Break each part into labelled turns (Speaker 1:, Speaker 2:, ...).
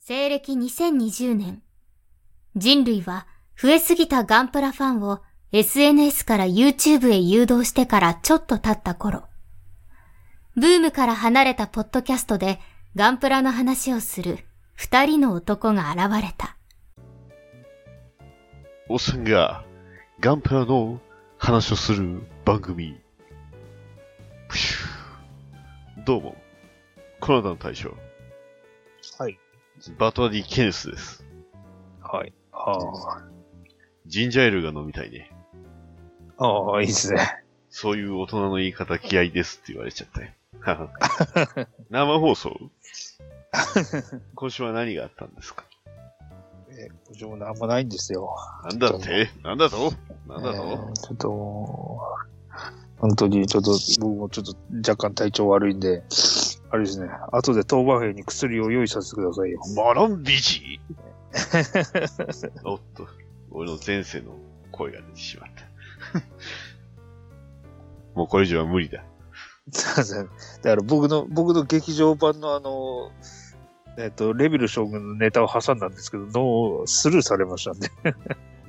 Speaker 1: 西暦2020年、人類は増えすぎたガンプラファンを SNS から YouTube へ誘導してからちょっと経った頃、ブームから離れたポッドキャストでガンプラの話をする二人の男が現れた。
Speaker 2: おっさんがガンプラの話をする番組。プシューどうも、コロナの大将、
Speaker 3: はい。
Speaker 2: バトラディ・ケネスです。
Speaker 3: はい。ああ
Speaker 2: ジンジャーエールが飲みたいね。。
Speaker 3: ああ、いいですね。
Speaker 2: そういう大人の言い方嫌いですって言われちゃったよ。はは生放送今週は何があったんですか
Speaker 3: え、こちらもなんもないんですよ。
Speaker 2: なんだってなんだとなんだ
Speaker 3: え
Speaker 2: と
Speaker 3: ーちょっともう、本当にちょっと、僕もちょっと若干体調悪いんで、あれですね、後で当番兵に薬を用意させてくださいよ。
Speaker 2: マロンビジ おっと、俺の前世の声が出てしまった。 もうこれ以上は無理だ。
Speaker 3: すいません。だから僕の、僕の劇場版のあの、えっと、レビル将軍のネタを挟んだんですけど、どうスルーされましたんで。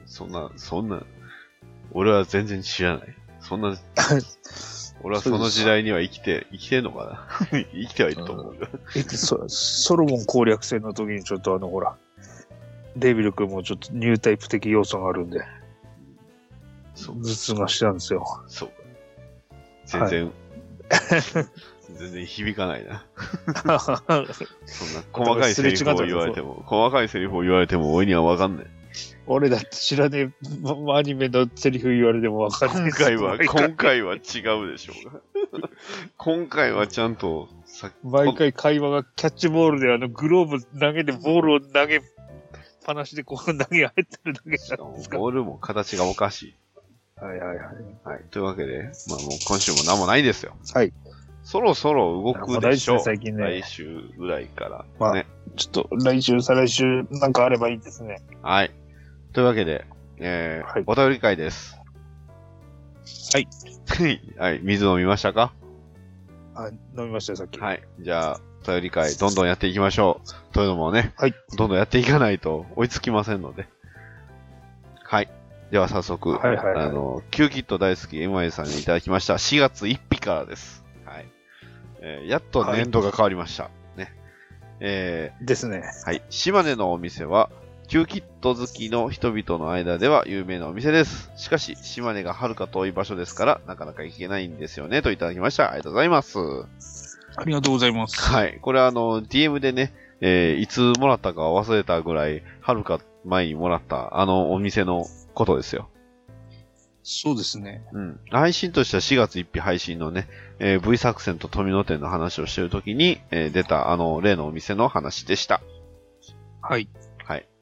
Speaker 2: そんな、そんな、俺は全然知らない。そ んな、俺はその時代には生きて、生きてんのか な生きてはいると思うよ。
Speaker 3: えっとそソロモン攻略戦の時にちょっとあの、ほら、レビル君もちょっとニュータイプ的要素があるんで、
Speaker 2: そ
Speaker 3: 頭
Speaker 2: う、
Speaker 3: 痛がしてたんですよ。
Speaker 2: そうか。全然、全然響かないな。そんな細かいセリフを言われても、細かいセリフを言われても、俺にはわかんない。
Speaker 3: 俺だって知らねえ、まアニメのセリフ言われてもわかんな
Speaker 2: 今
Speaker 3: いです。
Speaker 2: 回は、
Speaker 3: 毎回
Speaker 2: 今回は違うでしょうが。今回はちゃんと、さ
Speaker 3: 毎回会話がキャッチボールで、あの、グローブ投げて、ボールを投げっぱなしで、こう投げ合ってるだけじゃないですか。
Speaker 2: ボールも形がおかしい。
Speaker 3: はいはいはい。
Speaker 2: はい。というわけで、まあもう今週も何もないですよ。
Speaker 3: はい。
Speaker 2: そろそろ動くでしょう。
Speaker 3: なんかないですね最近ね
Speaker 2: 来週ぐらいから。
Speaker 3: まあ
Speaker 2: ね。
Speaker 3: ちょっと、来週、再来週、なんかあればいいですね。
Speaker 2: はい。というわけで、えー
Speaker 3: はい
Speaker 2: お便り会です。
Speaker 3: はい。
Speaker 2: はい。水飲みましたか
Speaker 3: あ、飲みましたよ、さっき。
Speaker 2: はい。じゃあ、お便り会、どんどんやっていきましょう。というのもね、
Speaker 3: はい
Speaker 2: どんどんやっていかないと追いつきませんので。はい。では早速、
Speaker 3: はいはいはい
Speaker 2: あの、キューキット大好き MI さんにいただきました。4月1日からです。はい。えーやっと年度が変わりました。ね。え
Speaker 3: ですね。
Speaker 2: ーはい。島根のお店は、キューキット好きの人々の間では有名なお店です。しかし、島根がはるか遠い場所ですから、なかなか行けないんですよね、といただきました。ありがとうございます。
Speaker 3: ありがとうございます。
Speaker 2: はい。これあの、DM でね、えーいつもらったか忘れたぐらい、はるか前にもらった、あのお店のことですよ。
Speaker 3: そうですね。
Speaker 2: うん。配信としては4月1日配信のね、えー V 作戦と富野店の話をしてるときに、えー出た、あの、例のお店の話でした。
Speaker 3: はい。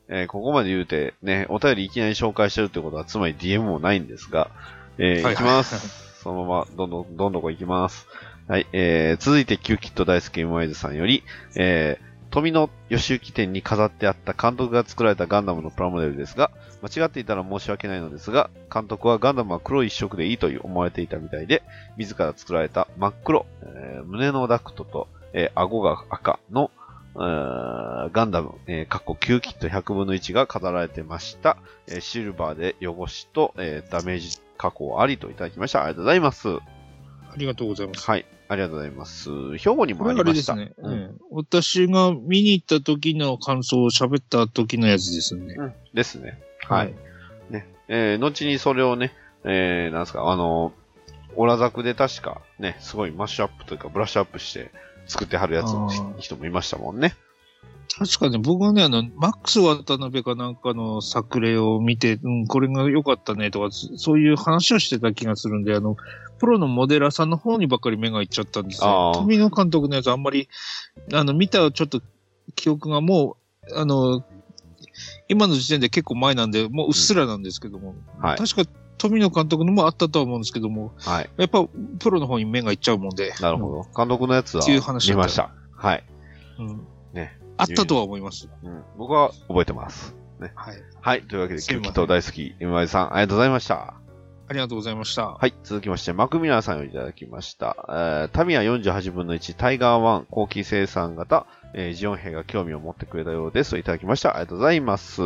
Speaker 2: えーここまで言うて、ね、お便りいきなり紹介してるってことは、つまり DM もないんですが、えー
Speaker 3: はい
Speaker 2: いきます。 そのまま、どんどん、どんどんこいきます。はい、えー、続いて、キューキット大好き m イズさんより、えー、富野義行店に飾ってあった監督が作られたガンダムのプラモデルですが、間違っていたら申し訳ないのですが、監督はガンダムは黒一色でいいという思われていたみたいで、自ら作られた真っ黒、えー胸のダクトと、えー顎が赤の、えーガンダム、えー、かっこ9キット100分の1が飾られてました。えーシルバーで汚しと、えーダメージ加工ありといただきました。ありがとうございます。
Speaker 3: ありがとうございます。
Speaker 2: はい、ありがとうございます。兵庫に
Speaker 3: こ
Speaker 2: もあ
Speaker 3: れ
Speaker 2: り
Speaker 3: あれ
Speaker 2: ま
Speaker 3: で
Speaker 2: し
Speaker 3: す
Speaker 2: た。
Speaker 3: ね、
Speaker 2: うん
Speaker 3: うん私が見に行った時の感想を喋った時のやつですね。
Speaker 2: うんですね。はい。ね、えー後にそれをね、えーなんですか、あのーオラザクで確かね、すごいマッシュアップというかブラッシュアップして作ってはるやつの
Speaker 3: あー
Speaker 2: 人もいましたもんね。
Speaker 3: 確かね、僕はね、あの、マックス渡辺かなんかの作例を見て、うん、これが良かったねとか、そそういう話をしてた気がするんで、あの、プロのモデラーさんの方にばっかり目がいっちゃったんです
Speaker 2: あ
Speaker 3: よ。
Speaker 2: ー
Speaker 3: 富野監督のやつあんまり、あの、見たちょっと記憶がもう、あの、今の時点で結構前なんで、もううっすらなんですけども、
Speaker 2: はい。
Speaker 3: 確か富野監督のもあったとは思うんですけども、
Speaker 2: はい。
Speaker 3: やっぱプロの方に目がいっちゃうもんで。
Speaker 2: なるほど。監督のやつは
Speaker 3: っていう話
Speaker 2: 見
Speaker 3: だった
Speaker 2: ました。はい。
Speaker 3: うん。うん
Speaker 2: ね
Speaker 3: あったとは思います。
Speaker 2: うん、僕は覚えてます。
Speaker 3: はい。
Speaker 2: はい。というわけで、
Speaker 3: すい
Speaker 2: キュ
Speaker 3: ま
Speaker 2: ー
Speaker 3: せん
Speaker 2: キット大好き、今井さん、ありがとうございました。
Speaker 3: ありがとうございました。
Speaker 2: はい、続きまして、マクミラーさんよりいただきました。えータミヤ48分の1、タイガー1、後期生産型、えージオン兵が興味を持ってくれたようです。いただきました。ありがとうございます。
Speaker 3: あ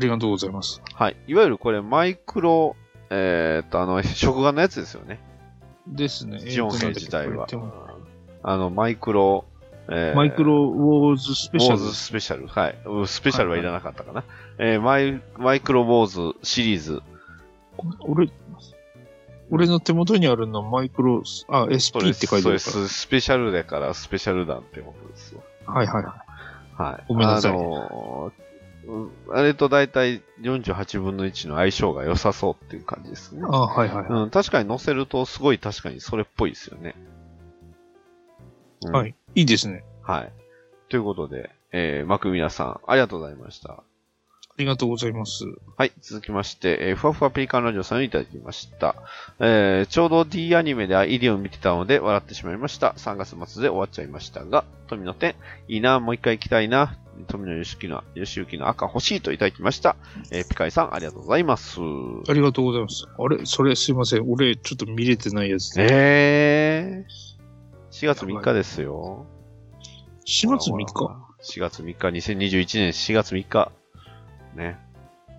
Speaker 3: りがとうございます。
Speaker 2: はい、いわゆるこれ、マイクロ、えーっと、あの、食玩のやつですよね。
Speaker 3: ですね。
Speaker 2: ジオン兵自体は
Speaker 3: えーとなんだっけこれって。
Speaker 2: あの、マイクロ、えー
Speaker 3: マイクロウォーズス
Speaker 2: ウ
Speaker 3: ペシ
Speaker 2: ォー
Speaker 3: ャル
Speaker 2: ズ。スペシャル。はい。うんスペシャルはいらなかったかな。えーマイ、マイクロウォーズシリーズ。
Speaker 3: 俺、俺の手元にあるのはマイクロ、あ、
Speaker 2: そうで
Speaker 3: SP っ
Speaker 2: す
Speaker 3: て書いて
Speaker 2: そう
Speaker 3: あ
Speaker 2: で
Speaker 3: るから。
Speaker 2: す。スペシャルだから、スペシャル弾ってことですよ。
Speaker 3: はいはいは
Speaker 2: はい。
Speaker 3: ごめんなさい
Speaker 2: あのーうんあれと大体48分の1の相性が良さそうっていう感じですね
Speaker 3: い。。あはいはいは
Speaker 2: うん、確かに乗せるとすごい確かにそれっぽいですよね。うん
Speaker 3: い。はい。いいですね。
Speaker 2: はい。ということで、えー、マクミラさん、ありがとうございました。
Speaker 3: ありがとうございます。
Speaker 2: はい、続きまして、えーふわふわペリカンラジオさんをいただきました。えーちょうど D アニメでイディオン見てたので笑ってしまいました。3月末で終わっちゃいましたが、富野店、いいな、もう一回行きたいな。富野義行の、義行の赤欲しいといただきました。えーピカイさん、ありがとうございます。
Speaker 3: ありがとうございます。あれそれすいません。俺、ちょっと見れてないやつで。
Speaker 2: えー、4月3日ですよ。
Speaker 3: 4月3
Speaker 2: ほら
Speaker 3: 日
Speaker 2: ほら ?4 月3日、2021年4月3日。ね。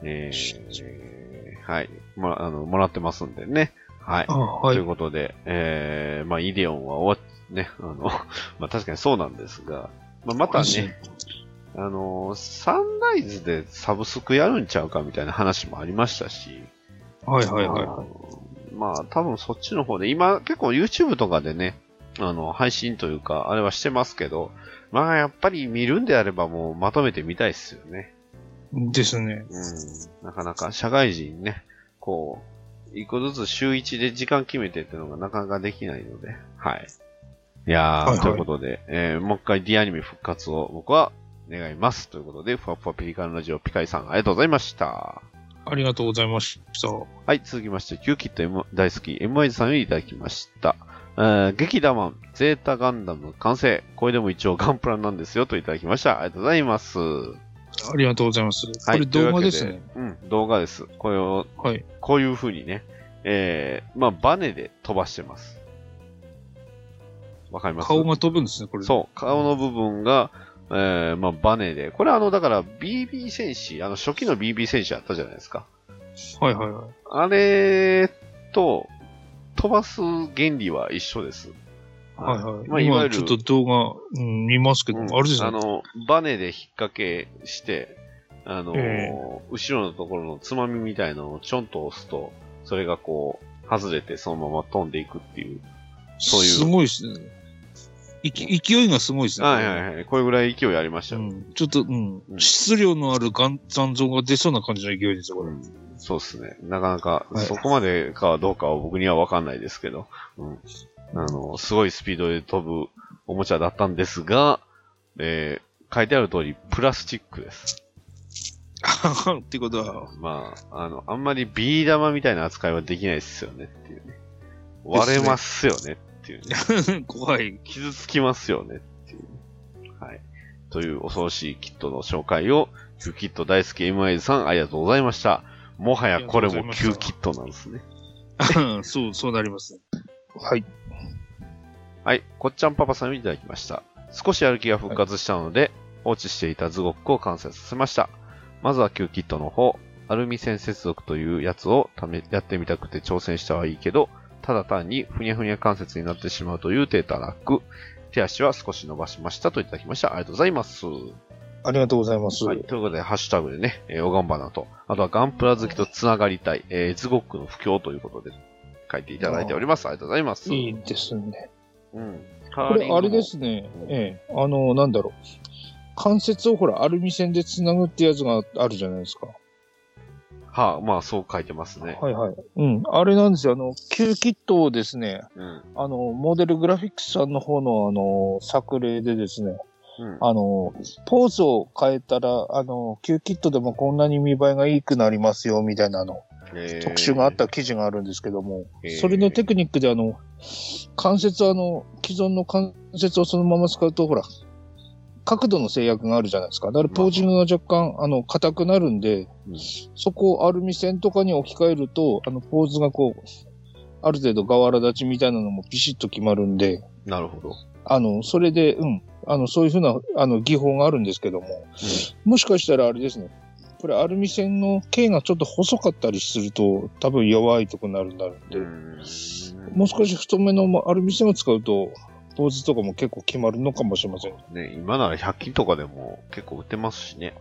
Speaker 2: えー、はい。もら、あの、もらってますんでね。はい。
Speaker 3: あは
Speaker 2: とい
Speaker 3: い。
Speaker 2: うことで、えー、まあ、イデオンは終わっ、ね、あの、 まあ、確かにそうなんですが、まあ、またね、。あの、サンライズでサブスクやるんちゃうかみたいな話もありましたし、
Speaker 3: はいはいはい
Speaker 2: あ
Speaker 3: はい。
Speaker 2: のまあ、多分そっちの方で、今結構 YouTube とかでね、あの、配信というか、あれはしてますけど、まあ、やっぱり見るんであればもうまとめて見たいっすよね。
Speaker 3: ですね。
Speaker 2: うん。なかなか社会人ね、こう、一個ずつ週一で時間決めてってのがなかなかできないので、はい。いやー、
Speaker 3: はいはい
Speaker 2: ということで、えーもう一回 D アニメ復活を僕は願います。ということで、ふわふわピリカンラジオピカイさんありがとうございました。
Speaker 3: ありがとうございました。あ
Speaker 2: はい、続きまして、キューキット M 大好き MY さんよりいただきました。えー、劇ダマン、ゼータガンダム完成。これでも一応ガンプラなんですよといただきました。ありがとうございます。は
Speaker 3: りがとうございます。こ
Speaker 2: い、
Speaker 3: れ動画
Speaker 2: というわけ
Speaker 3: ですね。
Speaker 2: うん、動画です。これを
Speaker 3: はい。
Speaker 2: こういう風にね、えー、まあ、バネで飛ばしてます。わかります
Speaker 3: 顔が飛ぶんですね、これ。
Speaker 2: そう、顔の部分が、えー、まあ、バネで。これあの、だから BB 戦士、あの、初期の BB 戦士あったじゃないですか。
Speaker 3: はいはいはい。
Speaker 2: あれと、飛ばす原理は一緒です。
Speaker 3: はいはい。
Speaker 2: まあ、いわゆる、
Speaker 3: 今ちょっと動画、うん、見ますけど、
Speaker 2: うん
Speaker 3: あれですね。
Speaker 2: あの、バネで引っ掛けして、あのー
Speaker 3: え
Speaker 2: 後ろのところのつまみみたいなのをちょんと押すと、それがこう、外れてそのまま飛んでいくっていう。そういう
Speaker 3: すごいですね。いき勢いがすごいですね。
Speaker 2: はいはいはい。これぐらい勢いありました
Speaker 3: う
Speaker 2: よ。
Speaker 3: ん、ちょっと、うん
Speaker 2: う、ん
Speaker 3: 質量のあるがん残像が出そうな感じの勢いですよ、こ
Speaker 2: う
Speaker 3: れ。
Speaker 2: んそうですね。なかなか、
Speaker 3: はい
Speaker 2: そこまでかどうかは僕にはわかんないですけど、うんあの、すごいスピードで飛ぶおもちゃだったんですが、えー書いてある通り、プラスチックです。
Speaker 3: ってことは、
Speaker 2: まあ、あの、あんまりビー玉みたいな扱いはできないですよねっていうね。割れますよねっていうね。
Speaker 3: 怖い。
Speaker 2: 傷つきますよねっていう。はい。という恐ろしいキットの紹介を、Q キット大好き MI さんありがとうございました。もはやこれも Q キットなんですね。
Speaker 3: そう、そうなりますね。はい。
Speaker 2: はい。こっちゃんパパさんをいただきました。少し歩きが復活したので、放置していたズゴックを完成させました。まずは Q キットの方、アルミ線接続というやつをためやってみたくて挑戦したはいいけど、ただ単にふにゃふにゃ関節になってしまうというデータラック。手足は少し伸ばしましたといただきました。ありがとうございます。
Speaker 3: ありがとうございます。
Speaker 2: はい。ということで、ハッシュタグでね、えーおがんばなと、あとはガンプラ好きとつながりたい、えー、ズゴックの不況ということで、書いていただいております。ありがとうございます。
Speaker 3: いいですね。
Speaker 2: うん。
Speaker 3: これ、あれですね。ええ。あの、なんだろう。関節をほら、アルミ線でつなぐってやつがあるじゃないですか。
Speaker 2: はあ、まあそう書いてますね。
Speaker 3: はいはい。うん。あれなんですよ。あの、旧キットをですね、
Speaker 2: うん。
Speaker 3: あの、モデルグラフィックスさんの方の、あの、作例でですね、
Speaker 2: うん。
Speaker 3: あの、ポーズを変えたら、あの、旧キットでもこんなに見栄えが良くなりますよ、みたいなあの、
Speaker 2: えー
Speaker 3: 特集があっ。た記事があるんですけども、
Speaker 2: えー
Speaker 3: それのテクニックで、あの、関節、あの、既存の関節をそのまま使うと、ほら、角度の制約があるじゃないですか。だからポージングが若干、あの、硬くなるんで、
Speaker 2: うん
Speaker 3: そこをアルミ線とかに置き換えると、あの、ポーズがこう、ある程度瓦立ちみたいなのもピシッと決まるんで、
Speaker 2: なるほど。
Speaker 3: あの、それで、うん、あの、そういうふうな、あの、技法があるんですけども、もしかしたらあれですね、これアルミ線の径がちょっと細かったりすると、多分弱いとこになるんだろう
Speaker 2: うん
Speaker 3: で、
Speaker 2: ん
Speaker 3: もう少し太めのまアルミ線を使うと、ポーズとかも結構決まるのかもしれません。
Speaker 2: ね、今なら100均とかでも結構売ってますしね。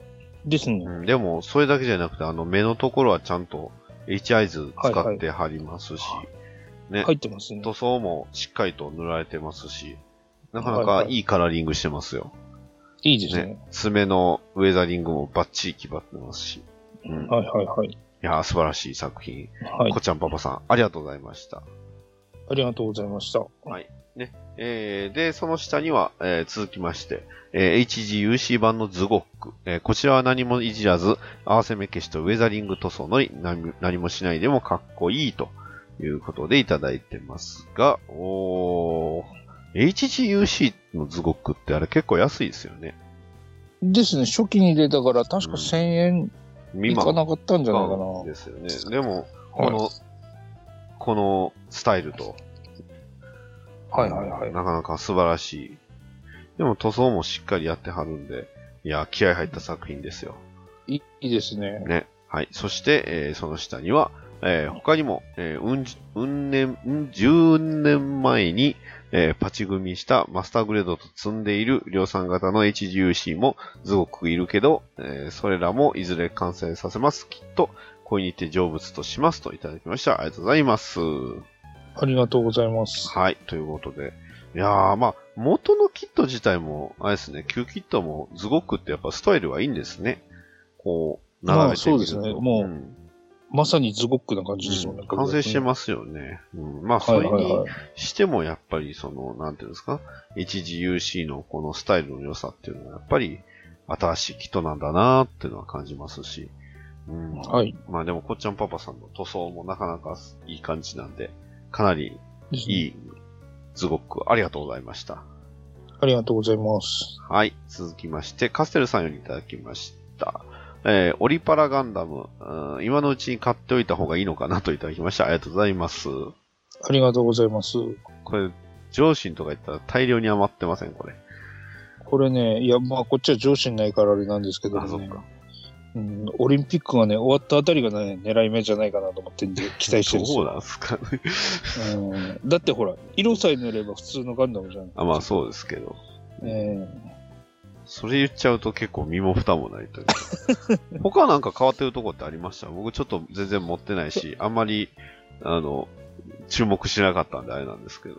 Speaker 3: ですね。
Speaker 2: うん、でも、それだけじゃなくて、あの、目のところはちゃんと H 合図使って貼りますし、ね、
Speaker 3: 入ってますね。
Speaker 2: 塗装もしっかりと塗られてますし、なかな
Speaker 3: は
Speaker 2: か
Speaker 3: いはい
Speaker 2: いいカラーリングしてますよ。
Speaker 3: いいですね。
Speaker 2: ね、爪のウェザリングもバッチリ決まってますし。うん、い
Speaker 3: はいはいはい。
Speaker 2: やー、素晴らしい作品。
Speaker 3: はい。
Speaker 2: こちゃんパパさん、ありがとうございました。
Speaker 3: ありがとうございました。
Speaker 2: えーで、その下には、えー続きまして、えー HGUC 版のズゴック、えーこちらは何もいじらず、合わせ目消しとウェザリング塗装のみ何何もしないでもかっこいいということでいただいてますが、おー HGUC のズゴックってあれ結構安いですよね。
Speaker 3: ですね、初期に出たから、確
Speaker 2: うん
Speaker 3: か1000円い
Speaker 2: 未
Speaker 3: か
Speaker 2: 満
Speaker 3: なかったんじゃないかな。
Speaker 2: ですよね。でも、この、
Speaker 3: は
Speaker 2: このスタイルと、
Speaker 3: はいはいはい。
Speaker 2: なかなか素晴らしい。でも塗装もしっかりやってはるんで、いや、気合入った作品ですよ。
Speaker 3: いいいですね。
Speaker 2: ね。はい。そして、えーその下には、えー他にも、えーうんじ、うん年、うん、10年前に、えーパチ組みしたマスターグレードと積んでいる量産型の HGUC もすごくいるけど、えーそれらもいずれ完成させます。きっと、恋にて成仏としますといただきました。ありがとうございます。
Speaker 3: ありがとうございます。
Speaker 2: はい、ということで。いやー、まあ、元のキット自体も、あれですね、旧キットも、ズゴックってやっぱスタイルはいいんですね。こう、並べてみると。
Speaker 3: まあそうですねもうんまさにズゴックな感じですもんね。
Speaker 2: 完成して
Speaker 3: ま
Speaker 2: ますよね。うん、まあ、
Speaker 3: は
Speaker 2: そ
Speaker 3: い
Speaker 2: れ
Speaker 3: はい
Speaker 2: に
Speaker 3: はい。
Speaker 2: しても、やっぱり、その、なんていうんですか、HGUC のこのスタイルの良さっていうのは、やっぱり、新しいキットなんだなーっていうのは感じますし。うん、
Speaker 3: はい。
Speaker 2: まあでも、こっちゃんパパさんの塗装もなかなかいい感じなんで、かなり
Speaker 3: ですね
Speaker 2: いいズゴック、ありがとうございました。
Speaker 3: ありがとうございます。
Speaker 2: はい。続きまして、カステルさんよりいただきました。えーオリパラガンダム、うん今のうちに買っておいた方がいいのかなといただきました。ありがとうございます。
Speaker 3: ありがとうございます。
Speaker 2: これ、上司とか言ったら大量に余ってません、これ。
Speaker 3: これね、いや、まあ、こっちは上司ないからあれなんですけど
Speaker 2: あそっ
Speaker 3: ね
Speaker 2: か。
Speaker 3: うん、オリンピックがね、終わったあたりがね、狙い目じゃないかなと思ってんで、期待してるんです
Speaker 2: どう
Speaker 3: よ。
Speaker 2: なんすかね。
Speaker 3: うん、だってほら、色さえ塗れば普通のガンダムじゃん。
Speaker 2: あまあ、そうですけど。
Speaker 3: え
Speaker 2: それ言っちゃうと結構身も蓋もないというか。他なんか変わってるとこってありました僕ちょっと全然持ってないし、あんまり、あの、注目しなかったんであれなんですけど。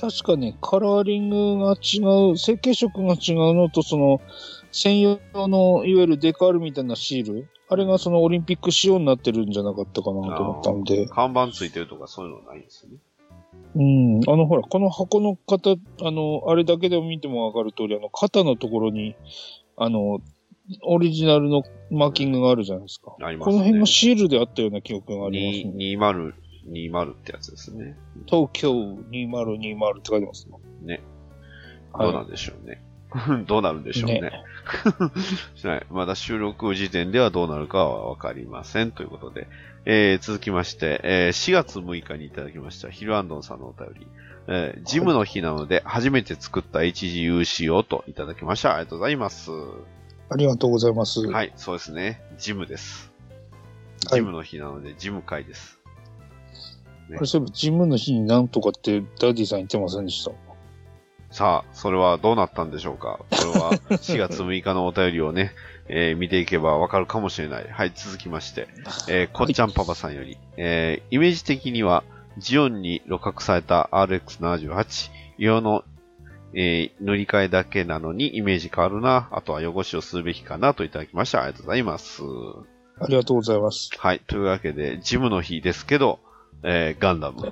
Speaker 3: 確かね、カラーリングが違う、成形色が違うのと、その、専用の、いわゆるデカールみたいなシール、あれがそのオリンピック仕様になってるんじゃなかったかなと思ったんで、
Speaker 2: 看板ついてるとかそういうのはないんですよね。
Speaker 3: うん、あのほら、この箱の型、あの、あれだけでも見てもわかる通り、あの、肩のところに、あの、オリジナルのマーキングがあるじゃないですか。
Speaker 2: あります
Speaker 3: こ
Speaker 2: ね。
Speaker 3: の辺がシールであったような記憶がありますね。
Speaker 2: 2020 20ってやつですね。
Speaker 3: 東京2020って書いてますね。
Speaker 2: ね。
Speaker 3: はい
Speaker 2: どうなんでしょうね。 どうなるんでしょうね。 はい。まだ収録時点ではどうなるかはわかりません。ということで。えー続きまして、えー4月6日にいただきました、ヒルアンドンさんのお便り。えージムの日なので、初めて作った HGUC をといただきました。ありがとうございます。
Speaker 3: ありがとうございます。
Speaker 2: はい、そうですね。ジムです。
Speaker 3: はい
Speaker 2: ジムの日なので、ジム会です。
Speaker 3: あれそういえば、ジムの日になんとかってダディさん言ってませんでした。
Speaker 2: さあ、それはどうなったんでしょうかこれは4月6日のお便りをね、 えー見ていけばわかるかもしれない。はい、続きまして、えーこっちゃんパパさんより、えーイメージ的には、ジオンに露獲された RX78、色の、えー塗り替えだけなのにイメージ変わるな。あとは汚しをするべきかなといただきました。ありがとうございます。
Speaker 3: ありがとうございます。
Speaker 2: はい、というわけで、ジムの日ですけど、えーガンダムね。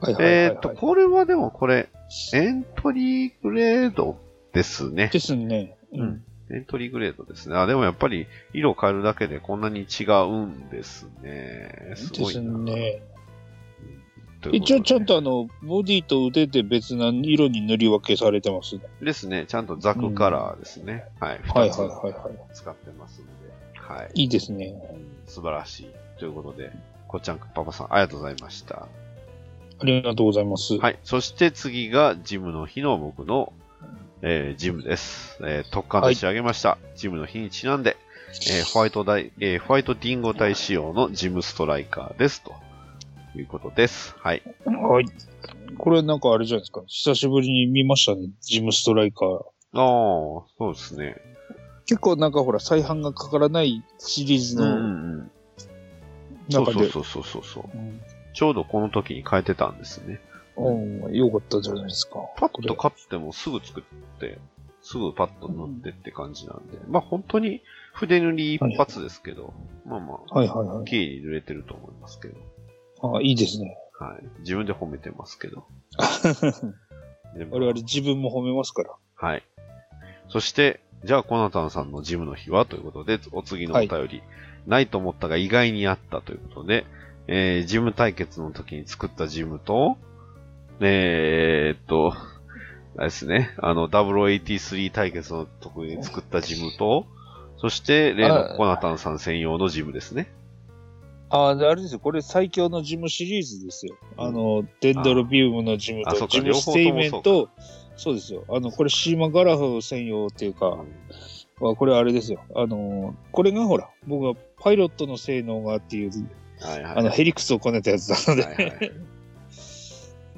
Speaker 3: はいはいはい、
Speaker 2: え
Speaker 3: は
Speaker 2: ーっ
Speaker 3: い。
Speaker 2: と、これはでもこれ、エントリーグレードですね。
Speaker 3: ですね。うん。
Speaker 2: エントリーグレードですね。あ、でもやっぱり色変えるだけでこんなに違うんですね。す
Speaker 3: で
Speaker 2: ごい
Speaker 3: す
Speaker 2: な。
Speaker 3: ね。
Speaker 2: ということ
Speaker 3: 一
Speaker 2: で
Speaker 3: 応ちゃんとあの、ボディと腕で別な色に塗り分けされてますね。
Speaker 2: ですね。ちゃんとザクカラーですね。はい。
Speaker 3: はい
Speaker 2: 二
Speaker 3: はいはいは
Speaker 2: つ使ってますんで。はい。
Speaker 3: い。いいですね。
Speaker 2: 素晴らしい。ということで、こっちゃんくんパパさん、ありがとうございました。
Speaker 3: ありがとうございます。
Speaker 2: はい。そして次が、ジムの日の僕の、えージムです。えー特感と仕上げました。ジムの日にちなんで、えーホワイトダイ、えーホワイトディンゴ隊仕様のジムストライカーです。ということです。はい。
Speaker 3: はい。これなんかあれじゃないですか。久しぶりに見ましたね。ジムストライカー。
Speaker 2: ああ、そうですね。
Speaker 3: 結構なんかほら、再販がかからないシリーズ
Speaker 2: う
Speaker 3: の
Speaker 2: んうん。そう
Speaker 3: 中
Speaker 2: そ
Speaker 3: で
Speaker 2: う。そうそうそうそう。
Speaker 3: うん
Speaker 2: ちょうどこの時に変えてたんですね。
Speaker 3: うん、よかったじゃないですか。
Speaker 2: パッと買ってもすぐ作って、すぐパッと塗ってって感じなんで、まあ本当に筆塗り一発ですけど、まあまあ、
Speaker 3: はいはいはい。
Speaker 2: 綺麗に塗れてると思いますけど、
Speaker 3: あいいですね。
Speaker 2: はい。自分で褒めてますけど。 でも
Speaker 3: 我々自分も褒めますから。
Speaker 2: はい。そして、じゃあ、コナタンさんのジムの日はということで、お次のお便り、ないと思ったが意外にあったということで、えー、ジム対決の時に作ったジムと、えー、っと、あれですね、あの、W83 対決の時に作ったジムと、そして、例
Speaker 3: あ
Speaker 2: の
Speaker 3: ー
Speaker 2: コナタンさん専用のジムですね。
Speaker 3: ああ、であれですよ。これ最強のジムシリーズですよ。
Speaker 2: うん
Speaker 3: あの、デンドロビウムのジム
Speaker 2: あそ
Speaker 3: と
Speaker 2: う、か
Speaker 3: ジムステイメン
Speaker 2: 両
Speaker 3: ト、そうですよ。あの、これシーマガラフ専用っていうか、
Speaker 2: うん
Speaker 3: はこれあれですよ。あのーこれがほら、僕がパイロットの性能がっていう、
Speaker 2: はいはい。
Speaker 3: あの、ヘリクスをこねたやつなので、
Speaker 2: はいはい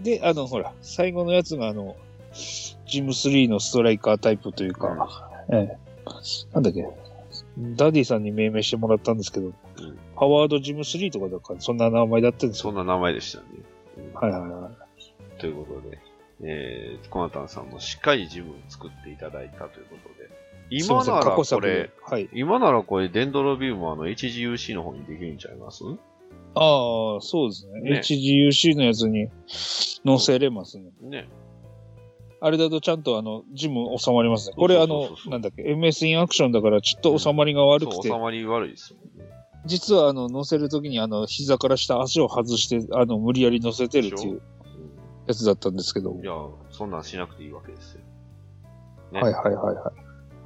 Speaker 3: で、あの、ほら、最後のやつがあの、ジム3のストライカータイプというか、ええなんだっけ、ダディさんに命名してもらったんですけど、ハワードジム3とかだから、そんな名前だったんです
Speaker 2: そ
Speaker 3: よ。
Speaker 2: んな名前で したね。うん
Speaker 3: はいはいはい。
Speaker 2: ということで、えー、コナタンさんもしっかりジムを作っていただいたということで、
Speaker 3: すいま
Speaker 2: 今
Speaker 3: せん
Speaker 2: な
Speaker 3: 過
Speaker 2: ら
Speaker 3: 去
Speaker 2: こ
Speaker 3: 作で
Speaker 2: れ、
Speaker 3: はい。
Speaker 2: 今ならこれ、デンドロビウムはあの HGUC の方にできるんちゃいますね
Speaker 3: ああ、そうですね。
Speaker 2: ね
Speaker 3: HGUC のやつに載せれますね。あれだとちゃんとあの、ジム収まりますね。これ
Speaker 2: そ
Speaker 3: あ
Speaker 2: うそう
Speaker 3: の
Speaker 2: そうそ、う
Speaker 3: なんだっけ、MS インアクションだからちょっと収まりが悪
Speaker 2: そ
Speaker 3: く
Speaker 2: う、
Speaker 3: て、
Speaker 2: 収まり悪いですよね。
Speaker 3: 実はあの、乗せるときにあの、膝から下足を外して、あの、無理やり乗せてるっていうやつだったんですけど。
Speaker 2: うんいや、そんなんしなくていいわけですよ。ね
Speaker 3: はいはいはいはい。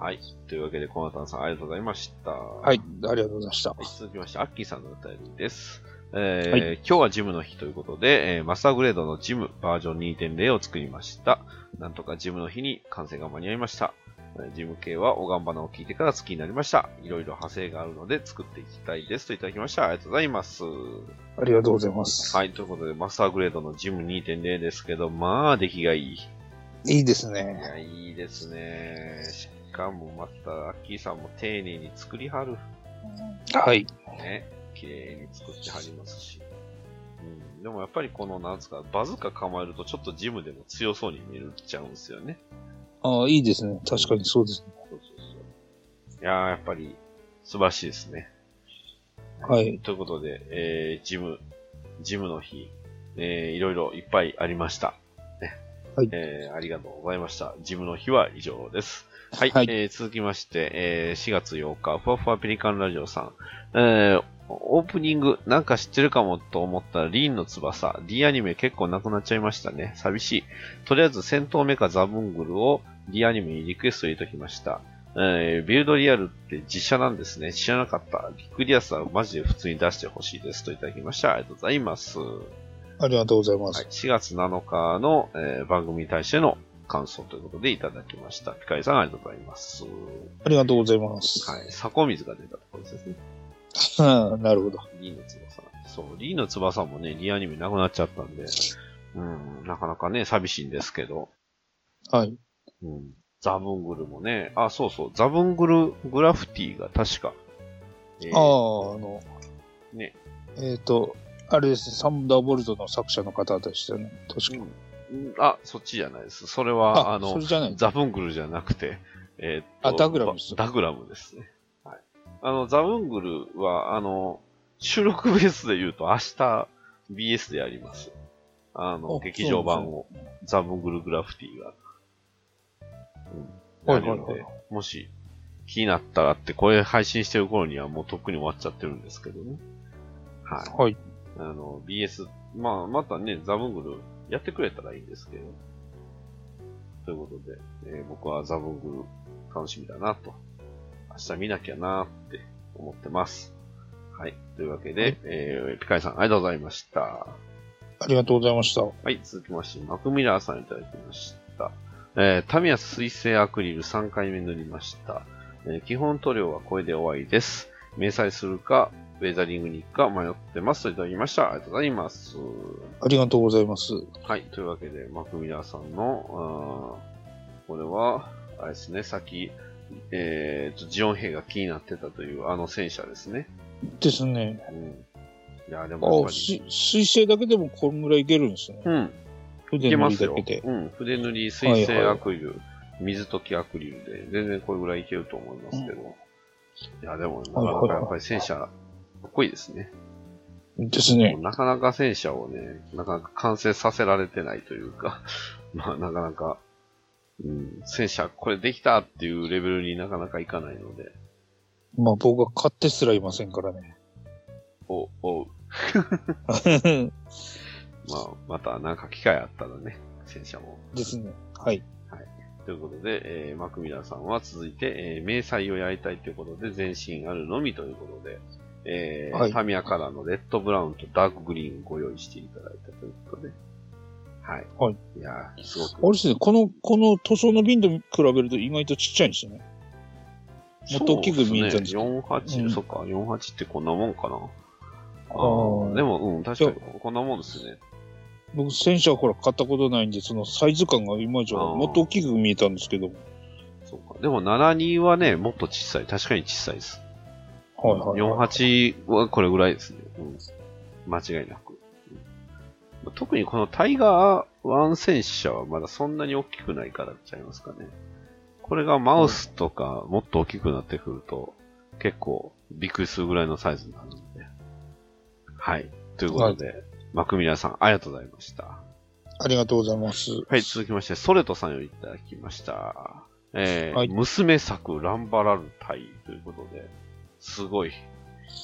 Speaker 2: はい。というわけで、コナタンさんありがとうございました。
Speaker 3: はい、ありがとうございました。
Speaker 2: はい続きまして、アッキーさんのお便りです。えー今日はジムの日ということで、えーマスターグレードのジムバージョン2.0を作りました。なんとかジムの日に完成が間に合いました。えージム系はおがんばなを聞いてから好きになりました。いろいろ派生があるので作っていきたいですといただきました。ありがとうございます。
Speaker 3: ありがとうございます。
Speaker 2: はい、ということで、マスターグレードのジム2.0ですけど、まあ、出来がいい。い
Speaker 3: いいですね。
Speaker 2: や、いいですね。しかもまた、アッキーさんも丁寧に作りはる。
Speaker 3: はい。
Speaker 2: ね、綺麗に作ってはりますし。うん、でもやっぱりこの、なんつうか、バズーカ構えるとちょっとジムでも強そうに見えちゃうんですよね。
Speaker 3: ああ、いいですね。確かにそうですね。
Speaker 2: そうそうそう。いやー、やっぱり素晴らしいですね。
Speaker 3: はい。
Speaker 2: ということで、えー、ジム、ジムの日、えー、いろいろいっぱいありました。ね
Speaker 3: はい
Speaker 2: えーありがとうございました。ジムの日は以上です。はい、
Speaker 3: はい
Speaker 2: えー続きまして、えー4月8日、ふわふわペリカンラジオさん、えーオープニング、なんか知ってるかもと思ったら、リーンの翼、D アニメ結構なくなっちゃいましたね。寂しい。とりあえず戦闘メカザブングルを D アニメにリクエスト入れときました。えービルドリアルって実写なんですね。知らなかった。ビッグリアスはマジで普通に出してほしいですといただきました。ありがとうございます。
Speaker 3: ありがとうございま
Speaker 2: はい
Speaker 3: す。
Speaker 2: 4月7日の、えー番組に対しての感想ということでいただきました。ピカイさんありがとうございます。
Speaker 3: ありがとうございます。
Speaker 2: はい。迫水が出たところですね。
Speaker 3: はあ なるほど。
Speaker 2: リーの翼。そう、リーの翼もね、リアニメなくなっちゃったんで、うん、なかなかね、寂しいんですけど、
Speaker 3: はい。
Speaker 2: うん。ザブングルもね、あ、そうそう、ザブングルグラフィティが確か、えー
Speaker 3: ああ、あの、
Speaker 2: ね。
Speaker 3: えっ、と、あれですね、サンダーボルトの作者の方でしたね。確か。
Speaker 2: うんあ、そっちじゃないです。それは、あ
Speaker 3: そ
Speaker 2: の
Speaker 3: れ、じゃない。
Speaker 2: ザブングルじゃなくて、えーっと
Speaker 3: あダグラムです
Speaker 2: ダグラムですね。はい。あの、ザブングルは、あの、収録ベースで言うと明日 BS でやります。あの、
Speaker 3: あ
Speaker 2: 劇場版を、ザブングルグラフィティが。うん。
Speaker 3: はい
Speaker 2: やるん
Speaker 3: はい
Speaker 2: で、もし気になったらって、これ配信してる頃にはもうとっくに終わっちゃってるんですけどね。はい。
Speaker 3: はい。
Speaker 2: あの、BS まあ、またね、ザブングルやってくれたらいいんですけど。ということで、えー僕はザブングル楽しみだなと。明日見なきゃなって思ってます。はい。というわけで、
Speaker 3: はい
Speaker 2: えーピカイさんありがとうございました。
Speaker 3: ありがとうございました。
Speaker 2: はい、続きまして、マクミラーさんいただきました。えータミヤ水性アクリル3回目塗りました。えー基本塗料はこれで終わりです。明細するか、ウェザリングに行くか迷ってますといただきました。ありがとうございます。
Speaker 3: ありがとうございます。
Speaker 2: はい、というわけで、マクミラーさんの、あーこれは、あれですね、さっき、えーと、ジオン兵が気になってたというあの戦車ですね。
Speaker 3: ですね。
Speaker 2: うん。いや、でもやっ
Speaker 3: あ、
Speaker 2: ぱり、
Speaker 3: し水星だけでもこんぐらいいけるんですね。
Speaker 2: うん、いけ
Speaker 3: 筆塗
Speaker 2: ま
Speaker 3: り
Speaker 2: す
Speaker 3: だ
Speaker 2: よ
Speaker 3: けで。。
Speaker 2: うん。筆塗り、水
Speaker 3: はい
Speaker 2: 性
Speaker 3: はい
Speaker 2: アクリル、水溶きアクリルで、全然これぐらいいけると思いますけど。いや、でも、な
Speaker 3: は
Speaker 2: かなか
Speaker 3: いはいはい
Speaker 2: やっぱり戦車、かっこいいですね。
Speaker 3: ですね。
Speaker 2: なかなか戦車をね、なかなか完成させられてないというか、 まあ、なかなか、うん、戦車、これできたっていうレベルになかなかいかないので、
Speaker 3: まあ僕は買ってすらいませんからね。
Speaker 2: お、おう、まあ、またなんか機会あったらね、戦車も
Speaker 3: ですね。はい。
Speaker 2: ということで、えーマクミラーさんは続いて、えー迷彩をやりたいということで、全身あるのみということで、えー
Speaker 3: はい
Speaker 2: タミヤカラーのレッドブラウンとダークグリーンをご用意していただいたということで、はい。
Speaker 3: はい、
Speaker 2: やーすご
Speaker 3: あれ
Speaker 2: く。
Speaker 3: ですね、この、この塗装の瓶と比べると意外とちっちゃいんですよね。もっと大きく見えたんですけ
Speaker 2: そうですね。48、
Speaker 3: うん
Speaker 2: そっか、48ってこんなもんかな。あ
Speaker 3: あ
Speaker 2: ー
Speaker 3: ー
Speaker 2: でも、うん、確かにこんなもんですね。
Speaker 3: 僕、戦車はほら買ったことないんで、そのサイズ感がいまいち
Speaker 2: あー
Speaker 3: もっと大きく見えたんですけど。
Speaker 2: そうか。でも、72はね、もっと小さい。確かに小さいです。
Speaker 3: はいはい、はい。
Speaker 2: 48はこれぐらいですね。うん。間違いなく。うん特にこのタイガーワン戦車はまだそんなに大きくないからちゃいますかね。これがマウスとかもっと大きくなってくると結構びっくりするぐらいのサイズになるので。はい。ということで、マクミラーさんありがとうございました。
Speaker 3: ありがとうございます。
Speaker 2: はい、続きまして、ソレトさんよりいただきました。えー
Speaker 3: はい
Speaker 2: 娘作ランバラルタイということで、すごい。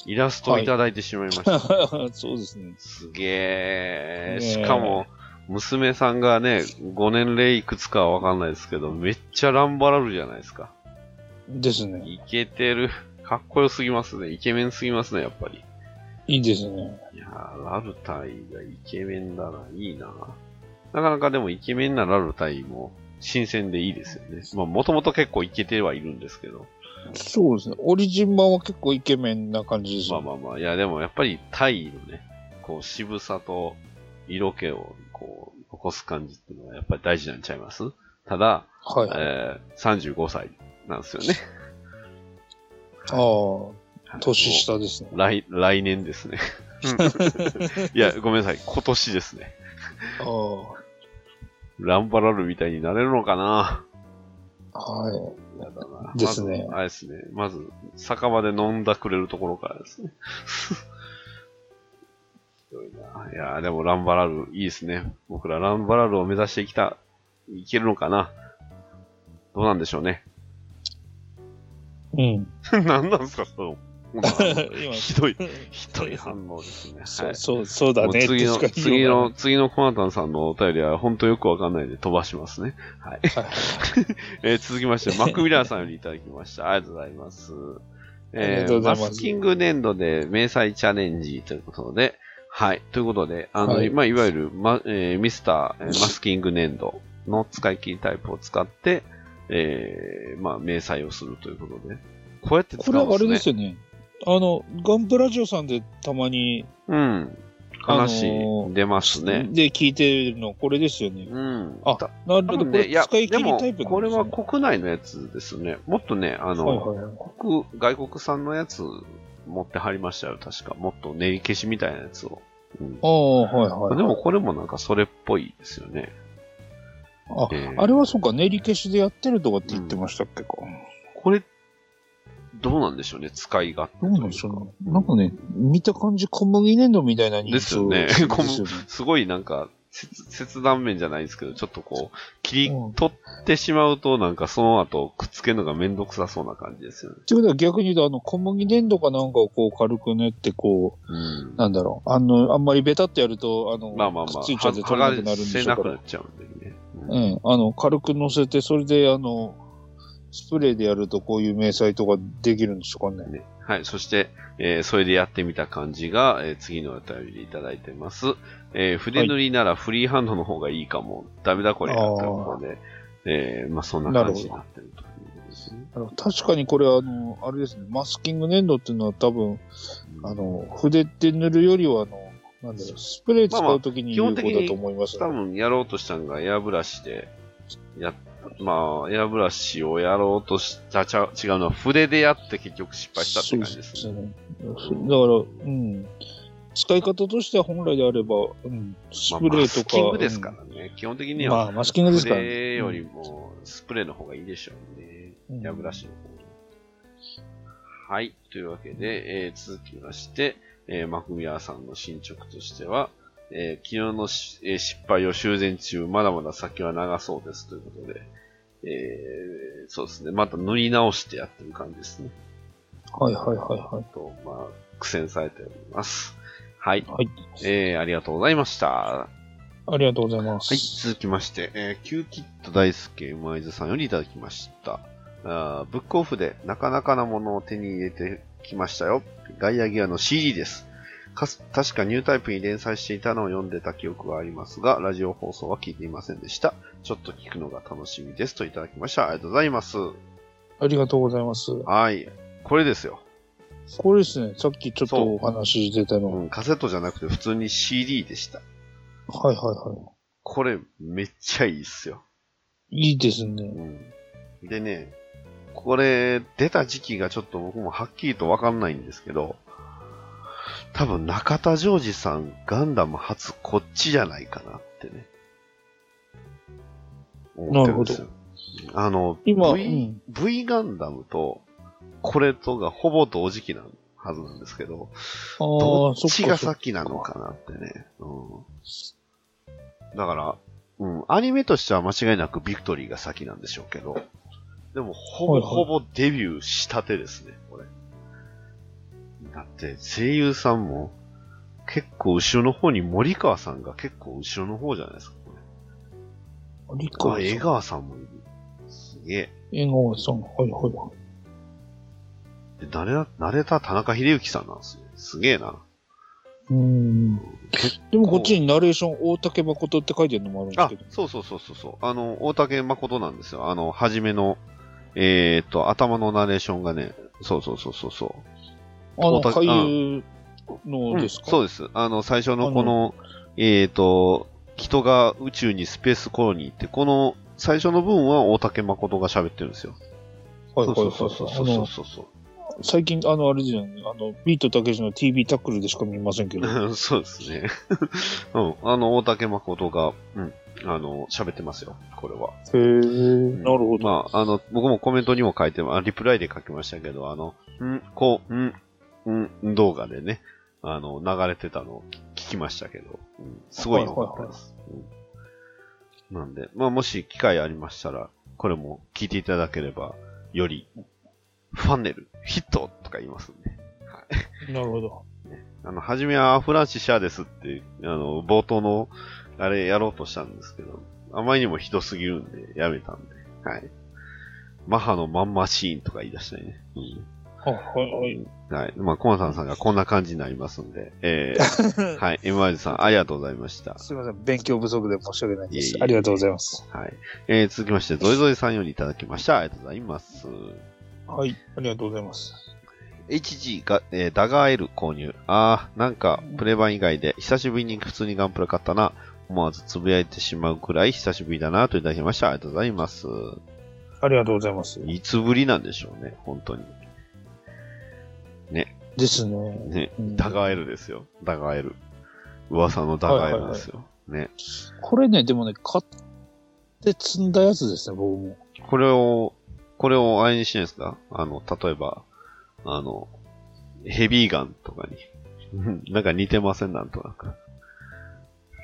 Speaker 2: イラストをいただいてしまいました。
Speaker 3: そうですね。
Speaker 2: すげー。
Speaker 3: ねえ
Speaker 2: しかも、娘さんがね、5年齢いくつかはわかんないですけど、めっちゃランバラルじゃないですか。
Speaker 3: ですね。
Speaker 2: イケてる。かっこよすぎますね。イケメンすぎますね、やっぱり。
Speaker 3: いいですね。
Speaker 2: いやー、ラルタイがイケメンだな、いいな。なかなかでもイケメンなラルタイも新鮮でいいですよね。まあ、もともと結構イケてはいるんですけど。
Speaker 3: そうですね。オリジン版は結構イケメンな感じです、
Speaker 2: まあ
Speaker 3: ね。
Speaker 2: まあまあ、いやでもやっぱりタイのね、こう渋さと色気をこう残す感じっていうのはやっぱり大事なんちゃいますただ、
Speaker 3: はい。あ
Speaker 2: えー、35歳なんですよね。
Speaker 3: あ、年下ですね。
Speaker 2: 来、来年ですね。 いや、ごめんなさい。今年ですね。
Speaker 3: ああ、
Speaker 2: ランバラルみたいになれるのかな
Speaker 3: はい。
Speaker 2: やだな
Speaker 3: ですね
Speaker 2: まずあれですね。まず、酒場で飲んだくれるところからですね。 ひどいな。いやーでもランバラル、いいですね。僕らランバラルを目指してきた、いけるのかなどうなんでしょうね。
Speaker 3: うん。
Speaker 2: 何なんですか、 その。
Speaker 3: 今
Speaker 2: ひどい、ひどい反応ですね。
Speaker 3: そ
Speaker 2: は
Speaker 3: う、
Speaker 2: い
Speaker 3: そう、そうだ
Speaker 2: もう
Speaker 3: ね。
Speaker 2: 次の、
Speaker 3: ってしか言い
Speaker 2: 次
Speaker 3: ようが
Speaker 2: の、次のコナタンさんのお便りは本当よくわかんないんで飛ばしますね。 はい。
Speaker 3: はい
Speaker 2: えー続きまして、マクミラーさんよりいただきました。あ りがとうございます。
Speaker 3: あり
Speaker 2: え
Speaker 3: がと
Speaker 2: ー
Speaker 3: うござ
Speaker 2: マ
Speaker 3: います
Speaker 2: スキング粘土で迷彩チャレンジということで、はい。ということで、あの、
Speaker 3: はい
Speaker 2: い、まあ、いわゆる、ま、えーミスター、えーマスキング粘土の使い切りタイプを使って、えーまあ、迷彩をするということで、こうやって使
Speaker 3: こ
Speaker 2: うんですね。
Speaker 3: れあれですよね。あの、ガンプラジオさんでたまに、
Speaker 2: うん。
Speaker 3: あ
Speaker 2: 話
Speaker 3: のー
Speaker 2: 出ますね。
Speaker 3: で聞いてるの、これですよね。
Speaker 2: うん。
Speaker 3: あ
Speaker 2: た
Speaker 3: なる
Speaker 2: 多
Speaker 3: ほど、
Speaker 2: 分
Speaker 3: これ
Speaker 2: ね、いや、
Speaker 3: 使い切
Speaker 2: で
Speaker 3: り
Speaker 2: も
Speaker 3: タイプなんですね。
Speaker 2: これは国内のやつですね。もっとね、あの、
Speaker 3: はいはいはい。
Speaker 2: 国、外国産のやつ持ってはりましたよ、確か。もっと練り消しみたいなやつを。うん
Speaker 3: ああ、はいはい。
Speaker 2: でもこれもなんかそれっぽいですよね。
Speaker 3: あ
Speaker 2: えー
Speaker 3: あれはそうか、練り消しでやってるとかって言ってましたっけか。
Speaker 2: これ、どうなんでしょうね、使い勝手と
Speaker 3: ど
Speaker 2: いうか。
Speaker 3: なんでしょうね。なんかね、見た感じ小麦粘土みたいな
Speaker 2: で
Speaker 3: 人
Speaker 2: すよね
Speaker 3: ですよ
Speaker 2: 小すごいなんか、切切断面じゃないですけど、ちょっとこう、切り取ってしまうと、なんかその後、くっつけるのがめんどくさそうな感じですよね。
Speaker 3: ということは逆に言うと、あの、小麦粘土かなんかをこう軽く練って、こ
Speaker 2: うん
Speaker 3: う、。なんだろう、あの、あんまりベタってやると、あの、
Speaker 2: まあまあま
Speaker 3: く
Speaker 2: あ、
Speaker 3: っついちゃって
Speaker 2: は
Speaker 3: 取れなくなるんで
Speaker 2: 剥
Speaker 3: し
Speaker 2: がせな
Speaker 3: ょうから
Speaker 2: くなっちゃうんでね。うん
Speaker 3: うん、あの、軽く乗せて、それで、あの、スプレーでやるとこういう迷彩とかできるんでしょうかね。
Speaker 2: ねはい。そして、えーそれでやってみた感じが、えー次のお便りでいただいてます。えー筆塗りならフリーハンドの方がいいかも。ダメだこれ。
Speaker 3: あ
Speaker 2: という
Speaker 3: ー
Speaker 2: ことで、えーまあそんな感じになってるということですね。
Speaker 3: あの確かにこれ、あの、あれですね、マスキング粘土っていうのは多分、あの、筆で塗るよりは、あの、なんだろう、スプレー使うときに
Speaker 2: まあ
Speaker 3: 有
Speaker 2: まあ
Speaker 3: 効だと思いますね。
Speaker 2: 多分やろうとしたのがエアブラシで、やっまあ、エアブラシをやろうとした、ちゃ違うのは筆でやって結局失敗したって感じです
Speaker 3: そう
Speaker 2: ね。
Speaker 3: ですねだから、うん。使い方としては本来であれば、うん、ス
Speaker 2: まあ
Speaker 3: プレーとか。
Speaker 2: マスキングですからね。基本的
Speaker 3: うん
Speaker 2: に
Speaker 3: ま
Speaker 2: は、
Speaker 3: あ、マスキングですから、
Speaker 2: 筆よりもスプレーの方がいいでしょうね。
Speaker 3: うん
Speaker 2: ヤブラシの方はい。というわけで、えー続きまして、えーマクミラーさんの進捗としては、えー昨日のし、えー失敗を修繕中、まだまだ先は長そうですということで、えーそうですね。また塗り直してやってる感じですね。
Speaker 3: はいはいはいはい。
Speaker 2: と、まあ、苦戦されております。はい。
Speaker 3: はい。
Speaker 2: えーありがとうございました。
Speaker 3: ありがとうございます。
Speaker 2: はい、続きまして、えー、キューキット大輔マイズさんよりいただきました。あーブックオフでなかなかなものを手に入れてきましたよ。ガイアギアの CD です。かす確かニュータイプに連載していたのを読んでた記憶がありますが、ラジオ放送は聞いていませんでした。ちょっと聞くのが楽しみですといただきました。ありがとうございます。
Speaker 3: ありがとうございます。
Speaker 2: はい、これですよ。
Speaker 3: これですね、さっきちょっ
Speaker 2: そ
Speaker 3: と
Speaker 2: う
Speaker 3: お話し出たの。
Speaker 2: うん、カセットじゃなくて普通に CD でした。
Speaker 3: はいはいは
Speaker 2: これめっちゃいいっすよ。
Speaker 3: い。いいですね。
Speaker 2: うんでね、これ、出た時期がちょっと僕もはっきりとわかんないんですけど、多分中田ジョージさん、ガンダム初こっちじゃないかなってね。思ってんですよ。あの、
Speaker 3: 今、う
Speaker 2: v,
Speaker 3: ん。
Speaker 2: v ガンダムと、これとがほぼ同時期なはずなんですけど、
Speaker 3: あ
Speaker 2: ど
Speaker 3: あ、
Speaker 2: っ
Speaker 3: そ
Speaker 2: ち
Speaker 3: っ
Speaker 2: が
Speaker 3: かそっか。
Speaker 2: 先なのかなってね。うん、だから、うん、アニメとしては間違いなくビクトリーが先なんでしょうけど、でもほぼ、
Speaker 3: はいはい
Speaker 2: ほぼデビューしたてですね、これ。だって声優さんも結構後ろの方に森川さんが結構後ろの方じゃないですか、こ
Speaker 3: リ
Speaker 2: れ。あ、江川さんもいる。すげえ。
Speaker 3: 江川さん。はいはいはい。
Speaker 2: で、慣れな、慣れた田中秀幸さんなんですよ。すげえな。
Speaker 3: うん。
Speaker 2: 結
Speaker 3: でもこっちにナレーション大竹誠って書いてるのもあるんです
Speaker 2: あ
Speaker 3: けど。、
Speaker 2: そうそうそうそうそう。あの、大竹誠なんですよ。あの、初めの、えーっと、頭のナレーションがね、そうそうそうそうそう。
Speaker 3: あの、
Speaker 2: 大竹
Speaker 3: 俳優のですか、
Speaker 2: そう
Speaker 3: う
Speaker 2: です。あの、最初のこの、えーっと、人が宇宙にスペースコロニーって、この、最初の分は大竹誠が喋ってるんですよ。
Speaker 3: はい
Speaker 2: そ
Speaker 3: は
Speaker 2: う
Speaker 3: いはい
Speaker 2: そ
Speaker 3: は
Speaker 2: うそうそうそう
Speaker 3: い。
Speaker 2: そ
Speaker 3: あ
Speaker 2: う
Speaker 3: の、
Speaker 2: そうそう。
Speaker 3: 最近、あの、あれじゃない、あの、ビートたけしの TV タックルでしか見ませんけど。は
Speaker 2: そうですね。うん。あの、大竹誠が、うん。あの、喋ってますよ。これは。
Speaker 3: へえ、なるほど。
Speaker 2: まあ、あの、僕もコメントにも書いて、あリプライで書きましたけど、あの、ん、こう、ん、ん、動画でね、あの、流れてたのを聞聞きましたけど、うん、すごい良かったです。うんなんで、まあ、もし機会ありましたら、これも聞いていただければ、より、ファンネル、ヒットとか言いますんで。
Speaker 3: なるほど。
Speaker 2: あの、初めはアフランシシャーですって、あの、冒頭の、あれやろうとしたんですけど、あまりにもひどすぎるんで、やめたんで、はい。マハのまんまシーンとか言い出したりね。
Speaker 3: はいはいはい。
Speaker 2: うん、はい。まあ、コマさんさんがこんな感じになりますんで、え ー、はい。MR さん、ありがとうございました。
Speaker 3: すいません、勉強不足で申し訳ないで
Speaker 2: いえい。
Speaker 3: す
Speaker 2: え
Speaker 3: ありがとうございます。
Speaker 2: はい。えー、続きまして、ゾイゾイさんよりいただきました。ありがとうございます。
Speaker 3: はい、ありがとうございます。
Speaker 2: HG が、えーダガー L 購入。あー、なんか、プレ版以外で、久しぶりに普通にガンプラ買ったな。思わずつぶやいてしまうくらい久しぶりだなといただきました。ありがとうございます。
Speaker 3: ありがとうございます。
Speaker 2: いつぶりなんでしょうね、本当に。
Speaker 3: ですね。
Speaker 2: ね、
Speaker 3: うん
Speaker 2: ダガー L ですよ。ダガー L。噂のダガー L ですよ。ね。
Speaker 3: これね、でもね、買って積んだやつですね、僕も。
Speaker 2: これを、これをあれにしないですかあの、例えば、あの、 ヘビーガンとかに。うんなんか似てません、なんとなく。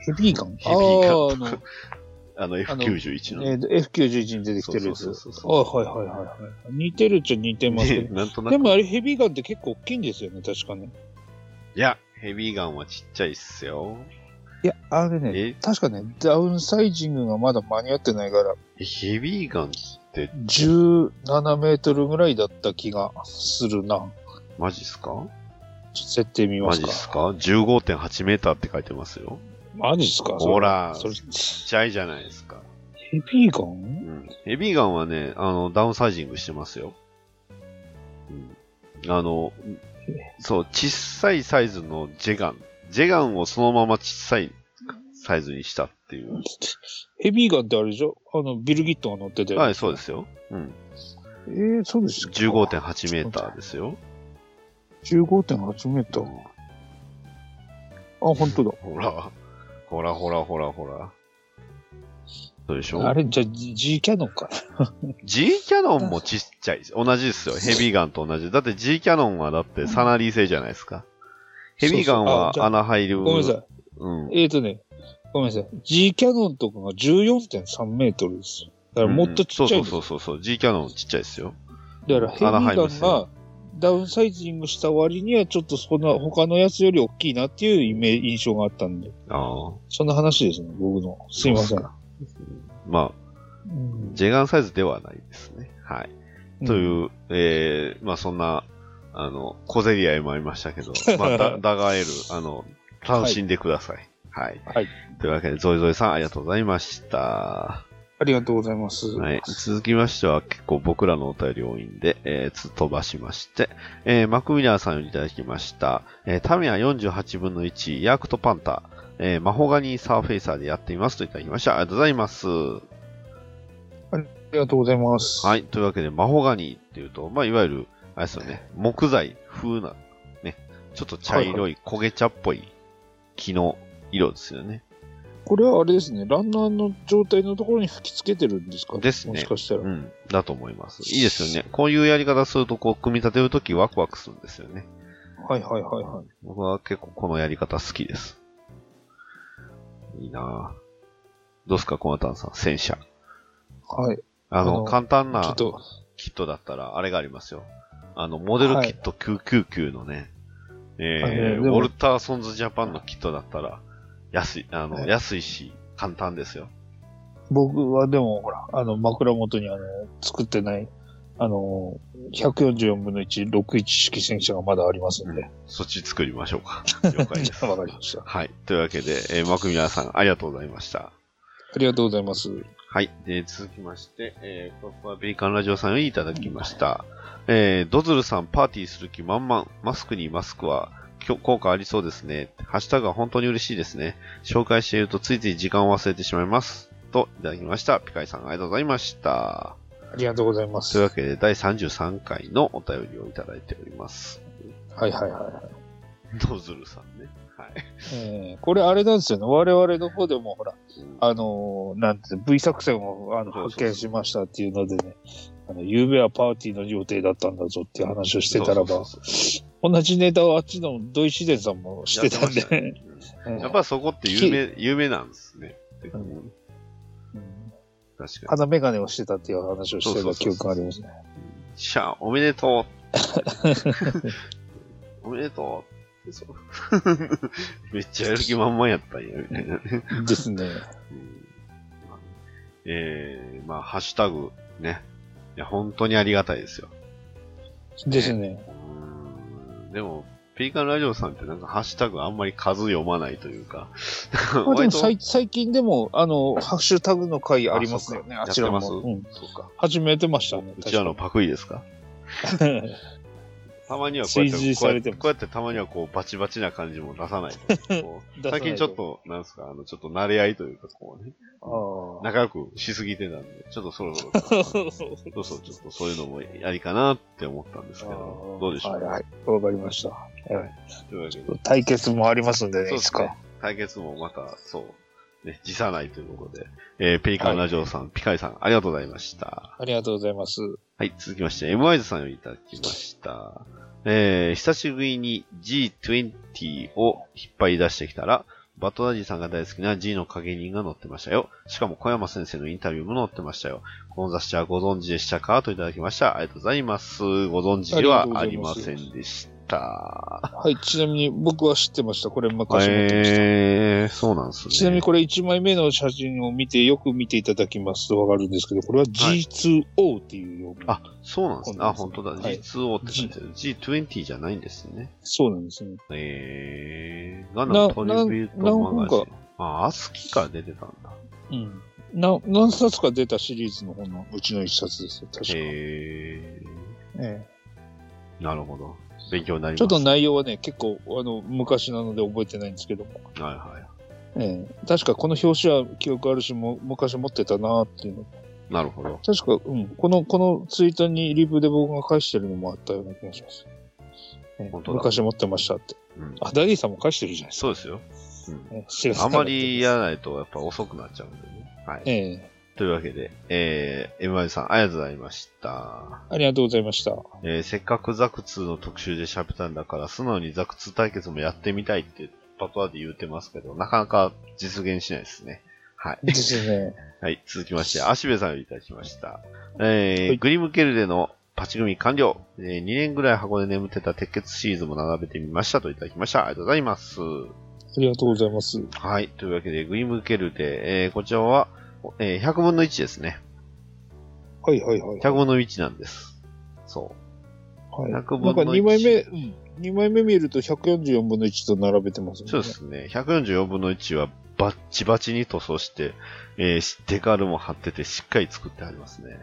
Speaker 3: ヘビーガン
Speaker 2: ヘビーガン
Speaker 3: あーあ の
Speaker 2: あの
Speaker 3: あの
Speaker 2: F91 の。
Speaker 3: えーと F91 に出てきてるやつ。
Speaker 2: そ
Speaker 3: あ
Speaker 2: うそうそうそう
Speaker 3: はいはいはいはい。似てるっちゃ似てますけ
Speaker 2: で
Speaker 3: ど。
Speaker 2: なんとな
Speaker 3: で
Speaker 2: く。
Speaker 3: もあれヘビーガンって結構大きいんですよね、確かね。
Speaker 2: いや、ヘビーガンはちっちゃいっすよ。
Speaker 3: いや、あれね、
Speaker 2: え、
Speaker 3: 確かね、ダウンサイジングがまだ間に合ってないから、
Speaker 2: ヘビーガンって
Speaker 3: 17メートルぐらいだった気がするな。
Speaker 2: マジっすか
Speaker 3: ちょっと設定見ま
Speaker 2: マ
Speaker 3: す
Speaker 2: ジっ
Speaker 3: か。
Speaker 2: すか ?15.8 メーターって書いてますよ。
Speaker 3: マジっすか
Speaker 2: ほら
Speaker 3: それ、そ
Speaker 2: ちっちゃいじゃないですか。
Speaker 3: れヘビーガ
Speaker 2: う
Speaker 3: ン
Speaker 2: ん。ヘビーガンはね、あの、ダウンサイジングしてますよ。うん。あの、そう、小さいサイズのジェガン。ジェガンをそのまま小さいサイズにしたっていう。
Speaker 3: ヘビーガンってあれでしょあの、ビル・ギットが乗ってて。
Speaker 2: はい、
Speaker 3: い。
Speaker 2: そうですよ。うん。
Speaker 3: えー、そうでしたっけ
Speaker 2: 15.8メーターですよ。
Speaker 3: 15.8メーター。あ、本当だ。
Speaker 2: ほら、ほらほらほらほら。そうでしょ
Speaker 3: あれ、じゃあ、G- G キャノンかな。
Speaker 2: G キャノンもちっちゃいです。同じですよ。ヘビーガンと同じ。だって G キャノンはだってサナリー製じゃないですか。ヘビーガンは
Speaker 3: そうそうあじゃあ
Speaker 2: アナハイル。
Speaker 3: ごめんなさい。
Speaker 2: うん。
Speaker 3: えーとね、ごめんなさい。G キャノンとかが14.3メートルですよ。だからもっとちっちゃ
Speaker 2: う
Speaker 3: いん
Speaker 2: ん
Speaker 3: です
Speaker 2: そうそうそうそう。G キャノンちっちゃいですよ。
Speaker 3: だからヘビ
Speaker 2: アナハイム
Speaker 3: ーガ
Speaker 2: で
Speaker 3: ン
Speaker 2: すよ
Speaker 3: がダウンサイジングした割にはちょっとそんな他のやつより大きいなっていうイメージ印象があったんで、
Speaker 2: ああ。
Speaker 3: そんな話ですね、僕の。すいません。
Speaker 2: まあ、
Speaker 3: うん
Speaker 2: ジェガンサイズではないですね。はい。という、えー、まあそんな、あの、小競り合いもありましたけど、まあ、 だ、だがえる、あの、楽しんでください。はい。
Speaker 3: はい。
Speaker 2: というわけで、ゾイゾイさんありがとうございました。
Speaker 3: ありがとうございます。
Speaker 2: はい。続きましては、結構僕らのお便り多いんで、えー、つ飛ばしまして、えー、マクミラーさんよりいただきました、えー、タミヤ48分の1、ヤークトパンタ、えー、マホガニーサーフェイサーでやっていますといただきました。ありがとうございます。は
Speaker 3: ありがとうございます。い。
Speaker 2: い。というわけで、マホガニーっていうと、まあ、いわゆる、あれですよね、木材風な、ね、ちょっと茶色い焦げ茶っぽい木の色ですよね。
Speaker 3: これはあれですね、ランナーの状態のところに吹き付けてるんですか
Speaker 2: ですね
Speaker 3: もしかしたら。
Speaker 2: うん。だと思います。いいですよね。こういうやり方すると、こう、組み立てるときワクワクするんですよね。
Speaker 3: はいはいはいはい。
Speaker 2: 僕は結構このやり方好きです。いいなぁ。どうすか、コマタンさん、戦車。
Speaker 3: はい。
Speaker 2: あの、
Speaker 3: あの
Speaker 2: 簡単
Speaker 3: ちょ
Speaker 2: な
Speaker 3: っと、
Speaker 2: キットだったら、あれがありますよ。あの、モデルキット999のね、
Speaker 3: あいや
Speaker 2: え
Speaker 3: で
Speaker 2: ー、ウ
Speaker 3: も
Speaker 2: ォルターソンズジャパンのキットだったら、安い、あの、
Speaker 3: はい
Speaker 2: 安いし、簡単ですよ。
Speaker 3: 僕はでもほら、あの、枕元にあの、作ってない、あの、144分の1、61式戦車がまだありますんで。
Speaker 2: そっち作りましょうか。 了解です。
Speaker 3: わかりました。
Speaker 2: はい。というわけで、えー、マクミラーさん、ありがとうございました。
Speaker 3: ありがとうございます。
Speaker 2: はい。で、続きまして、えー、ここはベリカンラジオさんよりいただきました。えー、ドズルさんパーティーする気満々。マスクにマスクは、きょ効果ありそうですね。ハッシュタグは本当に嬉しいですね。紹介しているとついつい時間を忘れてしまいます。と、いただきました。ピカイさんありがとうございました。
Speaker 3: ありがとうございま
Speaker 2: と
Speaker 3: す。
Speaker 2: いう
Speaker 3: は
Speaker 2: わけで、第33回のお便りをいただいております。
Speaker 3: いはいはい。
Speaker 2: ドズルさんね。はい。
Speaker 3: えー、これあれなんですよね。我々の方でもほら、あのーなんて、V 作戦をあ
Speaker 2: そ
Speaker 3: の
Speaker 2: うそう
Speaker 3: 発見しましたっていうのでね、あの、ゆうべはパーティーの予定だったんだぞっていう話をしてたら
Speaker 2: そう
Speaker 3: ば、
Speaker 2: そうそう
Speaker 3: 同じネタをあっちの土井自然さんもしてたん
Speaker 2: やってま
Speaker 3: で、
Speaker 2: したねうんやっぱそこって有名、有名なんですね。
Speaker 3: うんうん
Speaker 2: 確かに。
Speaker 3: 鼻眼鏡をしてたっていう話をして
Speaker 2: そうそ
Speaker 3: た
Speaker 2: うそうそう
Speaker 3: 記憶がありますね。
Speaker 2: しゃあ、おめでとう。お めでとう。そう めっちゃやる気満々やったんや、みたいなね。
Speaker 3: ですね。
Speaker 2: うんえー、まあ、ハッシュタグ、ね。いや、本当にありがたいですよ。
Speaker 3: ですね。
Speaker 2: うーんでも、ペリカンラジオさんってなんかハッシュタグあんまり数読まないというか。
Speaker 3: ま あでも
Speaker 2: 割と
Speaker 3: 最最近でも、あの、ハッシュタグの回ありますよね。
Speaker 2: あそ
Speaker 3: あ
Speaker 2: うか
Speaker 3: ちら
Speaker 2: やって
Speaker 3: も。
Speaker 2: ます
Speaker 3: うん。
Speaker 2: そうか。
Speaker 3: 始めてましたね。
Speaker 2: うちらのパクリですか
Speaker 3: 確かに
Speaker 2: たまにはこうやって、こう
Speaker 3: CG さ
Speaker 2: やっ
Speaker 3: れ
Speaker 2: て
Speaker 3: て
Speaker 2: こ
Speaker 3: も
Speaker 2: うやってたまにはこうバチバチな感じも出さないと。こう
Speaker 3: 出さないと
Speaker 2: 最近ちょっと、なんですか、あの、ちょっと慣れ合いというか、こうね、
Speaker 3: ああ。
Speaker 2: 仲良くしすぎてたんで、ちょっとそろそろ、そうそう、ちょっとそういうのもありかなって思ったんですけど、どうでしょう、
Speaker 3: はいはい。わかりました。はい
Speaker 2: というわけで、
Speaker 3: 対決もありますんでね、
Speaker 2: そう
Speaker 3: い
Speaker 2: で
Speaker 3: つ
Speaker 2: す
Speaker 3: か
Speaker 2: ね。。対決もまた、そう、ね、辞さないということで、えー、ペリカンラジオさん、ピカイさん、ありがとうございました。
Speaker 3: ありがとうございます。
Speaker 2: はい、続きまして、m イズさんよりいただきました。えー、久しぶりに G20 を引っ張り出してきたら、バトダディさんが大好きな G の影人が載ってましたよ。しかも小山先生のインタビューも載ってましたよ。この雑誌はご存知でしたかといただきました。ありがとうございます。ご存知ではありませんでした。
Speaker 3: はい、ちなみに僕は知ってました。これ昔持ってました。
Speaker 2: えー、そうなんですね。
Speaker 3: ちなみにこれ1枚目の写真を見て、よく見ていただきますとわかるんですけど、これは G2O っていうような、
Speaker 2: あ、そうなんですね。あ、本当だ。
Speaker 3: はい
Speaker 2: G2O って書いてある。G20 じゃないんですね。
Speaker 3: そうなんですね。
Speaker 2: えー、ガンダムトリビュートマガジン
Speaker 3: なな。
Speaker 2: あ、アスキから出てたんだ。
Speaker 3: うん。な何冊か出たシリーズの方のうちの一冊ですよ、確か。え
Speaker 2: え
Speaker 3: え
Speaker 2: ー、なるほど。勉強になります。
Speaker 3: ちょっと内容はね、結構、あの、昔なので覚えてないんですけども。
Speaker 2: はいは
Speaker 3: ええ確かこの表紙は記憶あるし、も昔持ってたなっていうの。
Speaker 2: い。なるほど。
Speaker 3: 確か、うん。この、このツイートにリブで僕が返してるのもあったような気がします。ええ
Speaker 2: 本当だ
Speaker 3: 昔持ってましたって。
Speaker 2: うん、
Speaker 3: あ、ダディさんも返してるじゃないですか。
Speaker 2: そうですよ。
Speaker 3: ええ知らな
Speaker 2: あ
Speaker 3: か
Speaker 2: ん
Speaker 3: った
Speaker 2: まりやらないとやっぱ遅くなっちゃうんでね。はい。
Speaker 3: ええ
Speaker 2: というわけで、えー、MI さんありがとうございました。
Speaker 3: ありがとうございました。
Speaker 2: えーせっかくザク2の特集で喋ったんだから、素直にザク2対決もやってみたいって、パトワで言うてますけど、なかなか実現しないですね。はい。
Speaker 3: ですね。
Speaker 2: はい、続きまして、アシベさんをいただきました。えー
Speaker 3: はい
Speaker 2: グリムケルデのパチ組完了、えー2年ぐらい箱で眠ってた鉄血シリーズも並べてみましたといただきました。ありがとうございます。
Speaker 3: ありがとうございます。
Speaker 2: はい、というわけで、グリムケルデ、えーこちらは、えー100分の1ですね。
Speaker 3: はいはいはい。
Speaker 2: 100分の1なんです。そう。
Speaker 3: はい、なんか
Speaker 2: 100分の1
Speaker 3: 2枚目、うん。2枚目見ると144分の1と並べてますね。
Speaker 2: そうで。すね。144分の1はバッチバチに塗装して、えーしデカールも貼っててしっかり作ってありますね。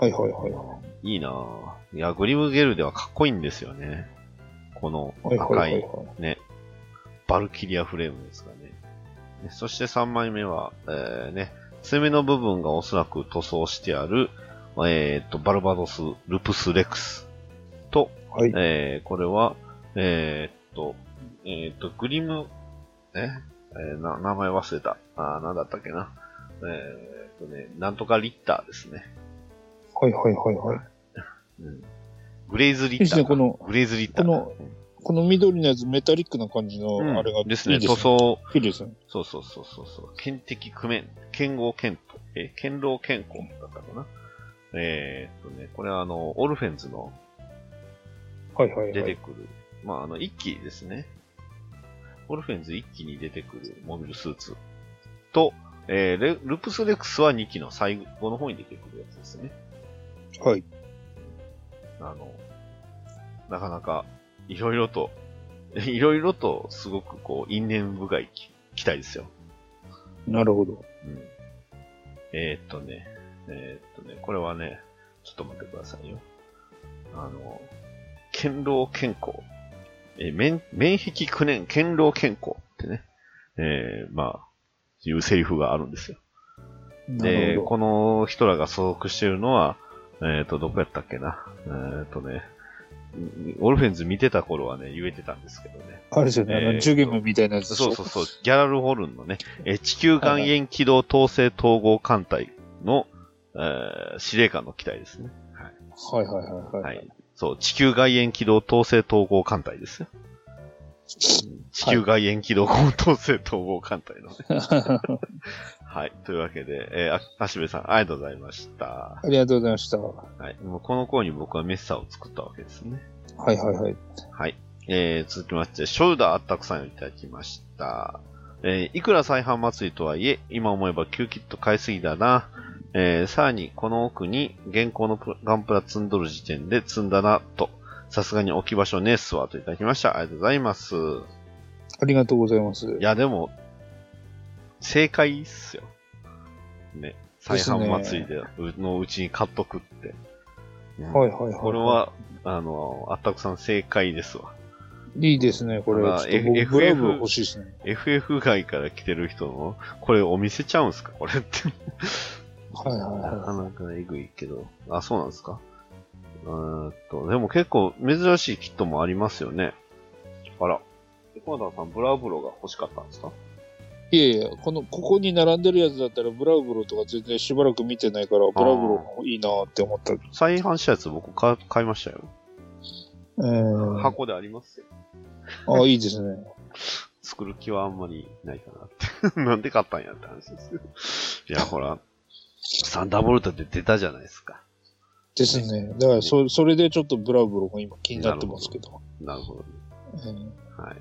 Speaker 3: はいはいはいはい
Speaker 2: いなぁ。いや、グリムゲルではかっこいいんですよね。この
Speaker 3: い。はいは
Speaker 2: 赤
Speaker 3: いはい
Speaker 2: い
Speaker 3: はい。
Speaker 2: バルキリアフレームですかね。ねそして3枚目は、えーね、攻めの部分がおそらく塗装してある、えー、と、バルバドス・ルプス・レクスと、
Speaker 3: はい
Speaker 2: えーこれは、えーっと、えーっと、グリム、ええーな名前忘れた。あー、なんだったっけな。えーっとね、なんとかリッターですね。
Speaker 3: はいはいはいはい。
Speaker 2: うん、グレイズリ
Speaker 3: いいで
Speaker 2: ッタ
Speaker 3: す
Speaker 2: ー
Speaker 3: ね、
Speaker 2: か。
Speaker 3: この、
Speaker 2: グレイズリッターだ。
Speaker 3: ここの緑のやつ、メタリックな感じの、
Speaker 2: うん
Speaker 3: あれがいい
Speaker 2: ですね、
Speaker 3: いい
Speaker 2: 塗装、
Speaker 3: いいですね。
Speaker 2: そうそうそうそうそう。剣敵工面、剣豪剣と、えー、剣老剣皇だったかな。えーっとね、これはあの、オルフェンズの
Speaker 3: はいはい
Speaker 2: 出
Speaker 3: は
Speaker 2: て
Speaker 3: い。
Speaker 2: くる、まああの、一機ですね。オルフェンズ一機に出てくるモビルスーツと、えーレルプスレクスは2機の最後の方に出てくるやつですね。
Speaker 3: はい。
Speaker 2: あの、なかなか、いろいろと、いろいろと、すごくこう、因縁深い機機体ですよ。
Speaker 3: なるほど。
Speaker 2: うんえーっとね、えーっとね、これはね、ちょっと待ってくださいよ。あの、堅牢健康。えー免、免疫9年、堅牢健康ってね、えーまあ、いうセリフがあるんですよ。
Speaker 3: な
Speaker 2: で、
Speaker 3: るほ
Speaker 2: この人らが所属してるのは、えーっ、と、どこやったっけな。えーっ、とね、うんオルフェンズ見てた頃はね、言えてたんですけどね。
Speaker 3: ど。あれですよね、あ
Speaker 2: えー
Speaker 3: の、ジュゲムみたいなやつ。
Speaker 2: そうそうそう、ギャラルホルンのね、えー地球岩塩軌道統制統合艦隊の、えー司令官の機体ですね。
Speaker 3: う。はいはいはいは。
Speaker 2: はいい。そう、地球外縁軌道統制統合艦隊ですよ。地球外縁軌道統制統合艦隊のね。はい。というわけで、えー、あ足部さん、ありがとうございました。
Speaker 3: ありがとうございました。は
Speaker 2: はい。もうこの頃に僕はメッサーを作ったわけですね。
Speaker 3: いはいはい。
Speaker 2: はい。えー、続きまして、ショルダーあったくさんをいただきました。えー、いくら再販祭りとはいえ、今思えば旧キット買いすぎだな。えー、さらに、この奥に現行のプラガンプラ積んどる時点で積んだな、と。さすがに置き場所ねえっすわ、といただきました。ありがとうございます。
Speaker 3: ありがとうございます。
Speaker 2: いや、でも、正解っすよ。ね。再販祭りで、うのうちに買っとくって。うん
Speaker 3: はいはいはい。
Speaker 2: これは、あの、あったくさん正解ですわ。
Speaker 3: いいですね、これ。ちょ
Speaker 2: まあ
Speaker 3: っと僕
Speaker 2: F-
Speaker 3: グラブ欲しいですね。
Speaker 2: FF 外から来てる人の、これお見せちゃうんすかこれって。
Speaker 3: はいはい
Speaker 2: な
Speaker 3: は
Speaker 2: かなかえぐいけど。あ、そうなんですかうーんと、でも結構珍しいキットもありますよね。あら。で、コナダさん、ブラブロが欲しかったんですか
Speaker 3: い。いやいや、この、ここに並んでるやつだったら、ブラウブロとか全然しばらく見てないから、ブラウブロもいいなって思った。え
Speaker 2: 再販したやつ僕買買いましたよ。
Speaker 3: ー、
Speaker 2: 箱でありますよ。
Speaker 3: あ、いいですね。
Speaker 2: 作る気はあんまりないかなって。 なんで買ったんやって話ですけど。いや、ほら、サンダーボルトって出たじゃないですか。
Speaker 3: ですね。だからそ、それでちょっとブラブロが今気になってますけど。
Speaker 2: なるほどね。
Speaker 3: うん
Speaker 2: はい。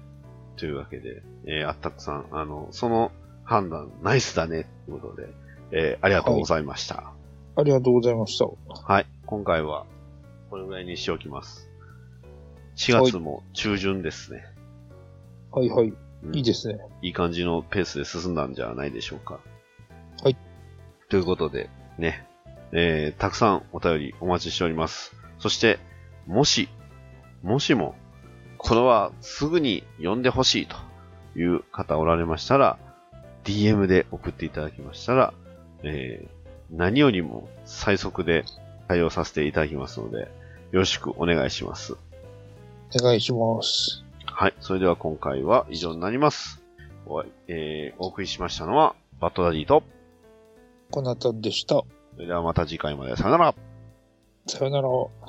Speaker 2: というわけで、えー、あったくさん、あの、その判断、ナイスだね、ということで、えーありがとうございました。
Speaker 3: ありがとうございました。
Speaker 2: はい。今回は、これぐらいにしておきます。4月も中旬ですね。
Speaker 3: はいはい。
Speaker 2: うん
Speaker 3: いいですね。
Speaker 2: いい感じのペースで進んだんじゃないでしょうか。
Speaker 3: はい。
Speaker 2: ということで、ね、えー、たくさんお便りお待ちしております。そして、もし、もしも、これはすぐに読んでほしいという方おられましたら、DM で送っていただきましたら、えー、何よりも最速で対応させていただきますので、よろしくお願いします。
Speaker 3: お願いします。
Speaker 2: はい。それでは今回は以上になります。お,、えーお送りしましたのは、バッドダディと、
Speaker 3: こなたでした。
Speaker 2: それではまた次回まで。さよなら。
Speaker 3: さよなら。